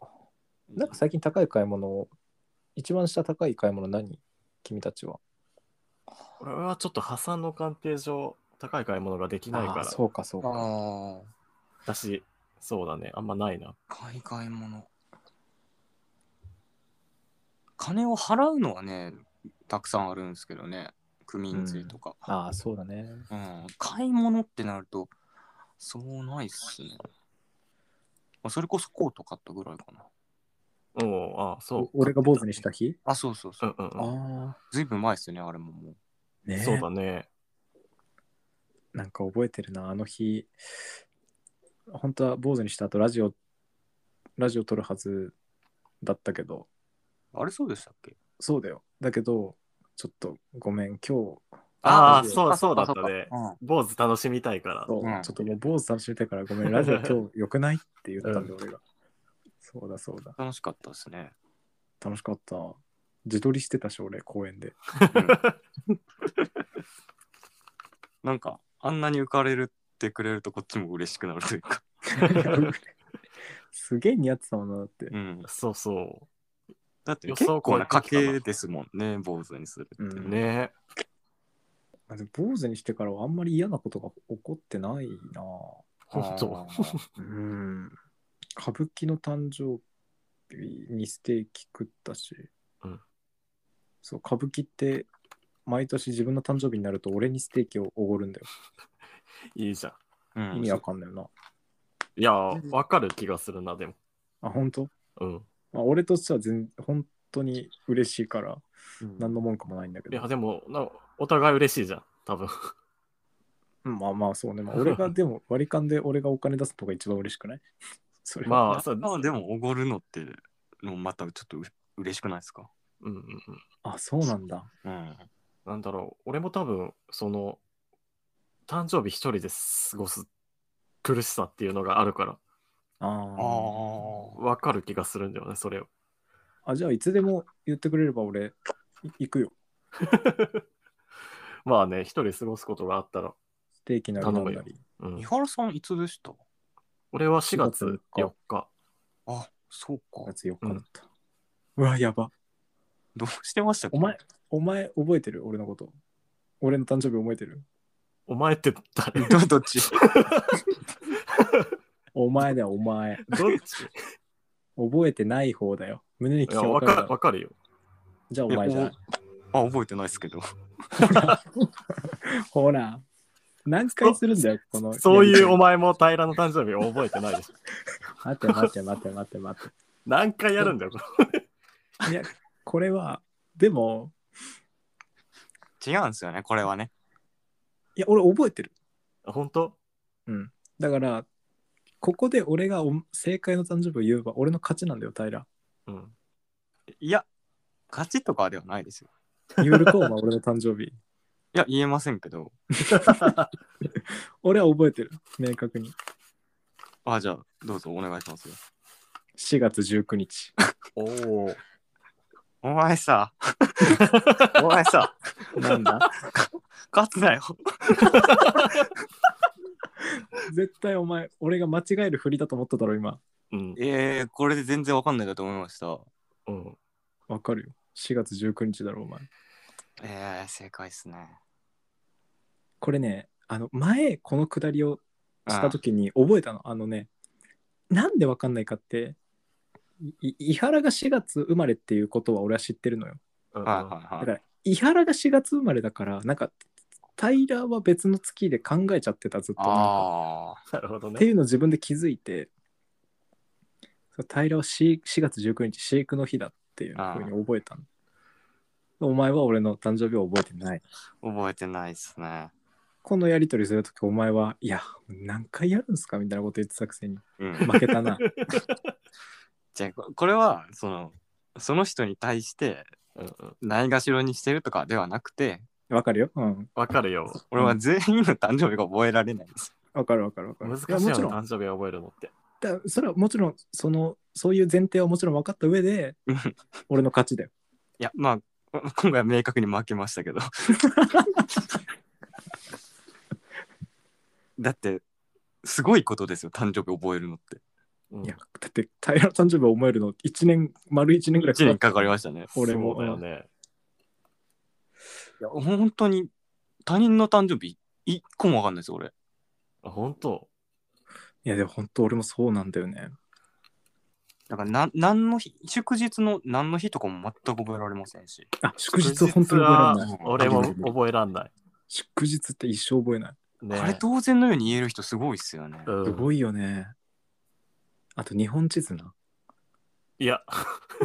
[SPEAKER 1] なんか最近高い買い物を一番下高い買い物何君たちは
[SPEAKER 3] 俺はちょっと破産の鑑定上、高い買い物ができないか
[SPEAKER 1] ああ
[SPEAKER 3] ら。
[SPEAKER 1] そうかそう
[SPEAKER 2] あ
[SPEAKER 1] か
[SPEAKER 2] あ。
[SPEAKER 3] だし、そうだね。あんまないな。
[SPEAKER 2] 買い買い物。金を払うのはね、たくさんあるんですけどね。区民税とか。
[SPEAKER 1] ああそうだね
[SPEAKER 2] うん、買い物ってなると、そうないっすね。まあそれこそコート買ったぐらいかな。
[SPEAKER 3] おおああ、そう。
[SPEAKER 1] 俺が坊主にした日
[SPEAKER 2] あ、そうそう
[SPEAKER 3] う
[SPEAKER 2] そう。
[SPEAKER 3] んうんうん。
[SPEAKER 1] ああ
[SPEAKER 2] ずいぶん前っすよね、あれももう。
[SPEAKER 1] ね
[SPEAKER 3] そうだね。
[SPEAKER 1] なんか覚えてるな、あの日、本当は坊主にした後ラジオ、ラジオ撮るはずだったけど、
[SPEAKER 2] あれそうでしたっけ
[SPEAKER 1] そうだよ。だけど、ちょっとごめん、今日、
[SPEAKER 3] ああ、
[SPEAKER 1] ラジオ
[SPEAKER 3] そう、
[SPEAKER 2] あ
[SPEAKER 3] そ
[SPEAKER 2] そうう
[SPEAKER 3] だ
[SPEAKER 2] か
[SPEAKER 3] ったね
[SPEAKER 2] そうかうん。
[SPEAKER 3] 坊主楽しみたいから。
[SPEAKER 1] そう
[SPEAKER 2] うん
[SPEAKER 1] ちょっともう坊主楽しみたいからごめん、ラジオ今日良くないって言ったんで、俺が。そうだそうだ、
[SPEAKER 2] 楽しかったですね。
[SPEAKER 1] 楽しかった。自撮りしてたし、俺、公園で。
[SPEAKER 2] なんか、あんなに浮かれるってくれるとこっちも嬉しくなるとい うか。
[SPEAKER 1] すげえ似合ってたもんなだって。
[SPEAKER 2] うん。
[SPEAKER 3] そうそ
[SPEAKER 2] だって
[SPEAKER 3] 予
[SPEAKER 2] 結
[SPEAKER 3] 想を
[SPEAKER 2] 構
[SPEAKER 3] 超え
[SPEAKER 2] な
[SPEAKER 3] てきた
[SPEAKER 2] 家
[SPEAKER 3] な
[SPEAKER 2] 系ですもんね、坊主にするって。
[SPEAKER 1] うん
[SPEAKER 3] う。ね
[SPEAKER 1] まあでも坊主にしてからはあんまり嫌なことが起こってないな
[SPEAKER 3] ほんと
[SPEAKER 2] あ
[SPEAKER 1] う
[SPEAKER 2] ー
[SPEAKER 1] ん歌舞伎の誕生日にステーキ食ったし、
[SPEAKER 3] うん
[SPEAKER 1] そう歌舞伎って毎年自分の誕生日になると俺にステーキをおごるんだよ
[SPEAKER 3] いいじゃん。
[SPEAKER 2] うん
[SPEAKER 1] 意味わかんないよな、
[SPEAKER 3] いや、わかる気がするな、でも。
[SPEAKER 1] あ本当、
[SPEAKER 3] うん。
[SPEAKER 1] まあ、俺としては全本当に嬉しいから何の文句もないんだけ
[SPEAKER 3] い
[SPEAKER 1] ど、
[SPEAKER 3] や、でも、なお互い嬉しいじゃん。多分。
[SPEAKER 1] うんまあまあそうね、まあ、俺がでも割り勘で俺がお金出すのが一番嬉しくない それは
[SPEAKER 3] まあ、
[SPEAKER 2] あ
[SPEAKER 3] そう。
[SPEAKER 2] あでも、おごるのって、もうまたちょっとう嬉しくないですか
[SPEAKER 3] うんうんうん。
[SPEAKER 1] あそうなんだ
[SPEAKER 2] うん。
[SPEAKER 3] なんだろう。俺も多分、その、誕生日一人で過ごす苦しさっていうのがあるから、
[SPEAKER 1] あー
[SPEAKER 2] ああ。
[SPEAKER 3] わかる気がするんだよね、それを。
[SPEAKER 1] あじゃあいつでも言ってくれれば俺い行くよ
[SPEAKER 3] まあね、一人過ごすことがあったら。
[SPEAKER 1] ステーキなりなんな
[SPEAKER 3] 頼
[SPEAKER 1] り
[SPEAKER 3] う
[SPEAKER 2] 井
[SPEAKER 3] ん、
[SPEAKER 2] 原さん、いつでした
[SPEAKER 3] 俺は4月4
[SPEAKER 1] 4
[SPEAKER 3] 日。
[SPEAKER 2] あ、そう
[SPEAKER 1] 5
[SPEAKER 2] か。
[SPEAKER 1] 月4日だった、うわやば
[SPEAKER 2] どうしてましたっけ
[SPEAKER 1] お前お前覚えてる俺のこと俺の誕生日覚えてる
[SPEAKER 3] お前って 誰ど
[SPEAKER 2] ど どっち
[SPEAKER 1] お前だよお前
[SPEAKER 3] っち
[SPEAKER 1] 覚えてない方だよ胸に聞
[SPEAKER 3] い
[SPEAKER 1] け
[SPEAKER 3] や、
[SPEAKER 1] ば
[SPEAKER 3] わ
[SPEAKER 1] わか
[SPEAKER 3] か
[SPEAKER 1] る
[SPEAKER 3] る
[SPEAKER 1] だ、ろじゃ
[SPEAKER 3] わかるよ。
[SPEAKER 1] あお前じゃない
[SPEAKER 2] あ、覚えてないですけど。
[SPEAKER 1] ほら何回するんだよこの
[SPEAKER 3] そういう お
[SPEAKER 1] お
[SPEAKER 3] 前も平らの誕生日を覚えてないでしょ。
[SPEAKER 1] 待って待って待って待って待っ
[SPEAKER 3] 何回やるんだよ、これ。
[SPEAKER 1] ていやこれはでも
[SPEAKER 2] 違うんですよね、これはね。
[SPEAKER 1] いや、俺覚えてる。
[SPEAKER 3] あ本当
[SPEAKER 1] うん。だから、ここで俺がお正解の誕生日を言えば俺の勝ちなんだよ、平。
[SPEAKER 3] うん。
[SPEAKER 2] いや、勝ちとかではないですよ。
[SPEAKER 1] ユールコーンは俺の誕生日。
[SPEAKER 2] いや、言えませんけど、
[SPEAKER 1] 俺は覚えてる。明確に。
[SPEAKER 2] あ、じゃあ、どうぞお願いしますよ。
[SPEAKER 1] 4月19日。
[SPEAKER 3] おお。
[SPEAKER 2] お前さ、お前さ、
[SPEAKER 1] なんだ
[SPEAKER 2] 勝つなよ。
[SPEAKER 1] 絶対お前、俺が間違える振りだと思っただろ、今。
[SPEAKER 3] うん。
[SPEAKER 2] えー、これで全然わかんないかと思いました。
[SPEAKER 3] うん。
[SPEAKER 1] わかるよ。4月19日だろ、お前。
[SPEAKER 2] えー、正解ですね。
[SPEAKER 1] これね、あの、前、このくだりをした時に覚えたの。あのね、なんでわかんないかって、いい伊原が4月生まれっていうことは俺は知ってるのよ。
[SPEAKER 3] うん
[SPEAKER 2] はいはいは
[SPEAKER 1] だ
[SPEAKER 2] い。
[SPEAKER 1] から伊原が4月生まれだからなんかタイラーは別の月で考えちゃってたずっとなんか
[SPEAKER 2] ああ。
[SPEAKER 3] なるほど
[SPEAKER 1] って
[SPEAKER 3] ね。
[SPEAKER 1] いうのを自分で気づいてそうタイラーは 4, 4月19日飼育の日だっていうふうに覚えたのお前は俺の誕生日を覚えてない
[SPEAKER 2] 覚えてないですね。
[SPEAKER 1] このやり取りするときお前はいや何回やるんすかみたいなこと言ってたくせに
[SPEAKER 2] うん。
[SPEAKER 1] 負けたな
[SPEAKER 2] じゃあ、ここれは、その、その人に対して、
[SPEAKER 3] うんうん
[SPEAKER 2] ないがしろにしてるとかではなくて、
[SPEAKER 1] わかるようん
[SPEAKER 3] わかるよ。
[SPEAKER 2] 俺は全員の誕生日が覚えられないです。
[SPEAKER 1] わかるわかるわかる
[SPEAKER 3] 難しい
[SPEAKER 1] や
[SPEAKER 3] よね、
[SPEAKER 1] もちろん
[SPEAKER 3] 誕生日覚えるのって。
[SPEAKER 1] だそれはもちろんそのそういう前提はもちろん分かった上で
[SPEAKER 2] うんい
[SPEAKER 1] 俺の勝ちだよ
[SPEAKER 2] や、まあ、 今回は明確に負けましたけ ど。だって、すごいことですよ、誕生日覚えるのって。
[SPEAKER 3] うん
[SPEAKER 1] いや、だって、平良誕生日を覚えるの、1年、丸1年ぐらいか
[SPEAKER 2] 1
[SPEAKER 1] か
[SPEAKER 2] 年
[SPEAKER 1] っ
[SPEAKER 2] かかりましたね。
[SPEAKER 1] 俺も
[SPEAKER 3] そうだよね。
[SPEAKER 2] いや、本当に、他人の誕生日、一個もわかんないです、俺。
[SPEAKER 3] あ、本当
[SPEAKER 1] いや、でも本当、俺もそうなんだよね。
[SPEAKER 2] だから、なん、何の日、祝日の何の日とかも全く覚えられませんし。
[SPEAKER 1] あ、祝日、本当に覚えられない。
[SPEAKER 2] うん
[SPEAKER 3] 俺も覚えらんない。
[SPEAKER 1] 祝日って一生覚えない。
[SPEAKER 3] ね。
[SPEAKER 2] あれ当然のように言える人すごいっすよね。
[SPEAKER 3] うん
[SPEAKER 1] すごいよね。あと、日本地図な。
[SPEAKER 3] いや、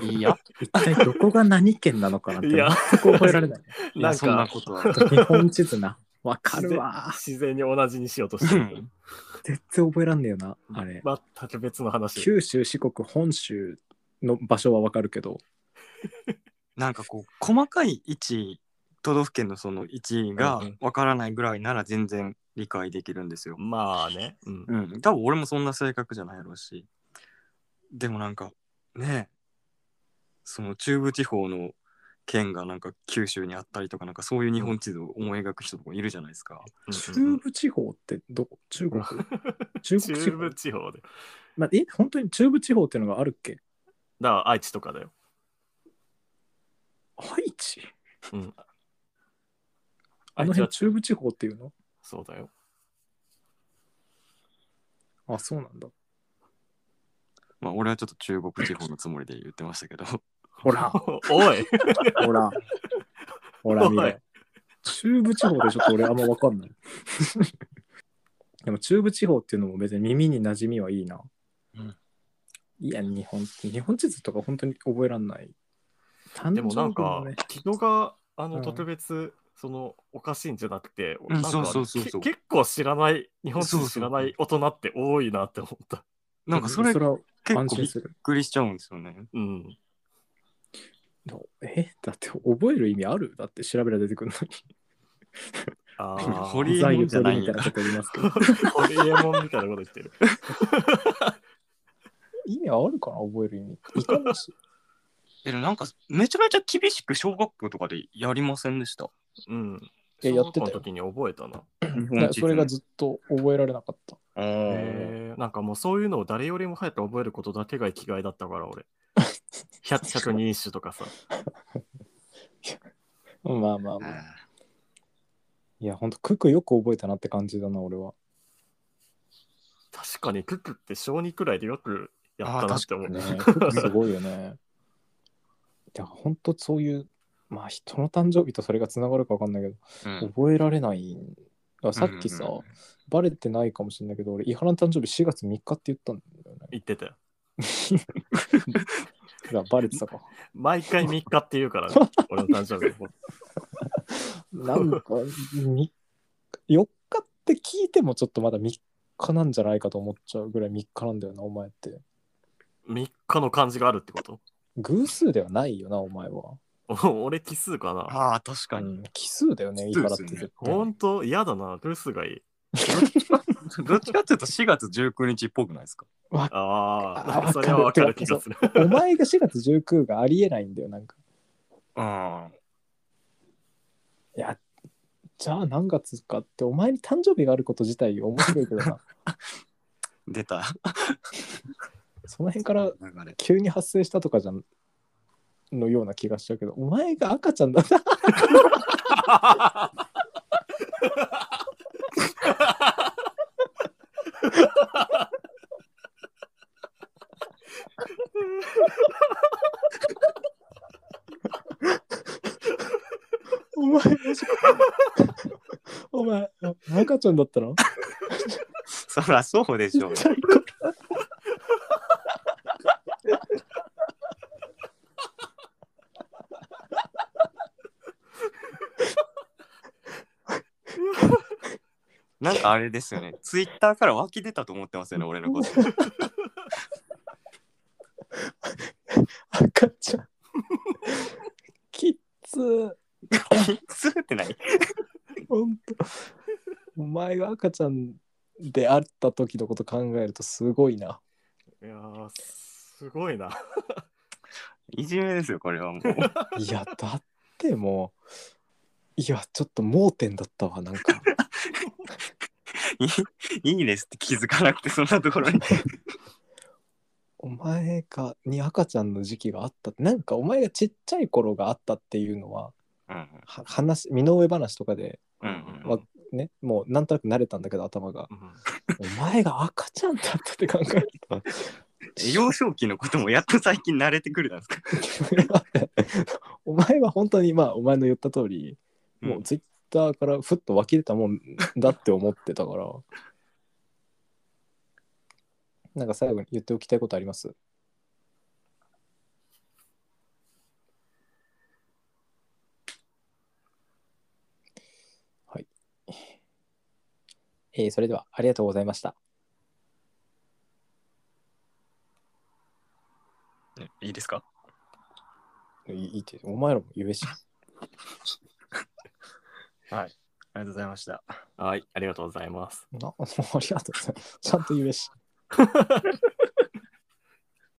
[SPEAKER 2] いや、
[SPEAKER 1] 一体どこが何県なのかなって、
[SPEAKER 3] いや
[SPEAKER 1] 全く覚えられない。
[SPEAKER 2] いや
[SPEAKER 3] なん
[SPEAKER 2] そんな
[SPEAKER 3] か
[SPEAKER 2] ことは。
[SPEAKER 1] 日本地図な。わかるわ。
[SPEAKER 3] 自然に同じにしようとして
[SPEAKER 2] う
[SPEAKER 3] る。
[SPEAKER 1] 全然覚えらんねえよな、あれ。
[SPEAKER 3] 全く別の話。
[SPEAKER 1] 九州、四国、本州の場所はわかるけど、
[SPEAKER 2] なんかこう細かい位置都道府県のその位置が
[SPEAKER 3] うんうん
[SPEAKER 2] わからないぐらいなら全然理解できるんですよ。
[SPEAKER 3] まあね。うん
[SPEAKER 2] うん、多分俺もそんな性格じゃないやろうしでもなんかねえその中部地方の県がなんか九州にあったりとかなんかそういう日本地図を思い描く人とかいるじゃないですか。
[SPEAKER 1] 中部地方ってどこ中国中国地
[SPEAKER 3] 中
[SPEAKER 1] 方、
[SPEAKER 3] 部地方で。だか
[SPEAKER 1] まえ、本当に中部地方っていうのがあるっけ
[SPEAKER 3] ら愛知とかだよ。
[SPEAKER 1] 愛知
[SPEAKER 3] うん。
[SPEAKER 1] あ
[SPEAKER 3] 愛
[SPEAKER 1] の
[SPEAKER 3] 知は
[SPEAKER 1] 辺中部地方っていうの
[SPEAKER 3] そうだよ。
[SPEAKER 1] あ、そうなんだ。
[SPEAKER 2] まあ俺はちょっと中国地方のつもりで言って ましたけど
[SPEAKER 1] ほら、
[SPEAKER 3] おい
[SPEAKER 1] ほら、ほら見れ。中部地方でちょっと俺あんまわかんない。でも中部地方っていうのも別に耳に馴染みはいいな。
[SPEAKER 2] うん
[SPEAKER 1] いや、日本、日本地図とか本当に覚えらんない。誕
[SPEAKER 3] でもなん
[SPEAKER 1] 生日
[SPEAKER 3] か
[SPEAKER 1] のね、
[SPEAKER 3] 人があ
[SPEAKER 1] う
[SPEAKER 3] の
[SPEAKER 1] ん
[SPEAKER 3] 特別、そのおかしいんじゃなくて、
[SPEAKER 2] ん
[SPEAKER 3] なんか
[SPEAKER 2] そうそうそうそう
[SPEAKER 3] け結構知らない、日本
[SPEAKER 2] そうそ
[SPEAKER 3] 人
[SPEAKER 2] う
[SPEAKER 3] 知らない大人って多いなって思った。
[SPEAKER 2] なんかそれ
[SPEAKER 1] そ
[SPEAKER 2] 結
[SPEAKER 1] れは
[SPEAKER 2] 構
[SPEAKER 1] 安心
[SPEAKER 2] びっ
[SPEAKER 1] する。
[SPEAKER 2] くりしちゃうんですよね。
[SPEAKER 3] うん。
[SPEAKER 1] え、だって覚える意味あるだって調べら出てくるの
[SPEAKER 3] ああ、
[SPEAKER 2] ホ
[SPEAKER 1] に。
[SPEAKER 2] リエモンじゃない
[SPEAKER 1] み
[SPEAKER 2] ん
[SPEAKER 1] たい
[SPEAKER 2] だ
[SPEAKER 1] なこと言いますけど。
[SPEAKER 3] ホリエモンみたいなこと言って る。
[SPEAKER 1] 意味あるかな覚える意味って。いかもし。
[SPEAKER 2] えでもなんかめちゃめちゃ厳しく小学校とかでやりませんでした。
[SPEAKER 3] うん。
[SPEAKER 1] いややってたよ
[SPEAKER 3] 小学校の時に覚えたな。
[SPEAKER 2] 日
[SPEAKER 1] だから
[SPEAKER 2] 本地図
[SPEAKER 1] それがずっと覚えられなかった。
[SPEAKER 2] あー
[SPEAKER 3] へーなんかもうそういうのを誰よりも早く覚えることだけが生きがいだったから、 俺。百百人一首とかさ。
[SPEAKER 1] まあまあまあ。
[SPEAKER 2] あ
[SPEAKER 1] いや、ほんと、ククよく覚えたなって感じだな、俺は。
[SPEAKER 3] 確かにクックって小2くらいでよくやったなって思う。
[SPEAKER 1] ね、 ククすごいよね。いや、ほんとそういう、まあ人の誕生日とそれがつながるかわかんないけど、
[SPEAKER 2] ーうん
[SPEAKER 1] 覚えられない。あさっきさ、
[SPEAKER 2] うんうんうん
[SPEAKER 1] バレてないかもしれないけど、俺、伊原の誕生日4月3日って言ったんだよね。
[SPEAKER 3] 言ってたよ。
[SPEAKER 1] だからバレてた か。
[SPEAKER 3] 毎回3日 って言うから、ね、俺の誕生日。
[SPEAKER 1] なんか、み4日って聞いてもちょっとまだ3日なんじゃないかと思っちゃうぐらい3日なんだよな、お前って。
[SPEAKER 3] 3日の感じがあるってこと
[SPEAKER 1] 偶数ではないよな、お前は。
[SPEAKER 3] お 俺奇数かな。
[SPEAKER 2] ああ、確か
[SPEAKER 1] う
[SPEAKER 2] に。
[SPEAKER 1] ん、奇数だよね、
[SPEAKER 2] 奇
[SPEAKER 1] イ
[SPEAKER 2] 数
[SPEAKER 1] カ
[SPEAKER 2] で
[SPEAKER 1] ラっ
[SPEAKER 2] す
[SPEAKER 1] て
[SPEAKER 2] よね
[SPEAKER 1] 絶対
[SPEAKER 3] ほんと嫌だな。偶数がいい。
[SPEAKER 2] どっちかっていうと4月19日っぽくないですか
[SPEAKER 3] あ
[SPEAKER 1] あ
[SPEAKER 3] あ、なんかそれはわかる気がする。
[SPEAKER 1] お前が4月19がありえないんだよ、なんか。
[SPEAKER 2] あ
[SPEAKER 1] いや、じゃあ何月かって、お前に誕生日があること自体面白いけどな。
[SPEAKER 2] ー出た
[SPEAKER 1] その辺から
[SPEAKER 2] 流れ。
[SPEAKER 1] 急に発生したとかじゃんのような気がしちゃうけど、お前が赤ちゃんだな。お前、もしお前、赤ちゃんだったの
[SPEAKER 2] そらそうでし ょうよ。なんかあれですよね。ツイッターから湧き出たと思ってますよね、俺の こと。
[SPEAKER 1] 赤ちゃん。キッズ、
[SPEAKER 2] すってない。
[SPEAKER 1] ほんと。お前が赤ちゃんであった時のこと考えるとすごいな。
[SPEAKER 3] いやー、すごいな。
[SPEAKER 2] いじめですよ、これはもう。
[SPEAKER 1] いや、だってもう、いや、ちょっと盲点だったわ、なんか。
[SPEAKER 2] いいいいですって気づかなくて、そんなところに。
[SPEAKER 1] お前がに赤ちゃんの時期があったってなんかお前がちっちゃい頃があったっていうのは
[SPEAKER 2] うん
[SPEAKER 1] は話身の上話とかで
[SPEAKER 2] うんうんうん
[SPEAKER 1] わねもうなんとなく慣れたんだけど頭が
[SPEAKER 3] うん
[SPEAKER 1] お前が赤ちゃんだったって考えると
[SPEAKER 2] 幼少期のこともやっと最近慣れてくるなんですか。
[SPEAKER 1] お前は本当にまあお前の言った通りもうツイッターからふっと湧き出たもんだって思ってたからなんか最後に言っておきたいことありますはい、えーそれではありがとうございました
[SPEAKER 2] うんいいですか
[SPEAKER 1] いいいいってお前らも言え し
[SPEAKER 2] ありがとうございました。
[SPEAKER 3] はい、ありがとうございます。
[SPEAKER 1] なありがとうございますちゃんと言えし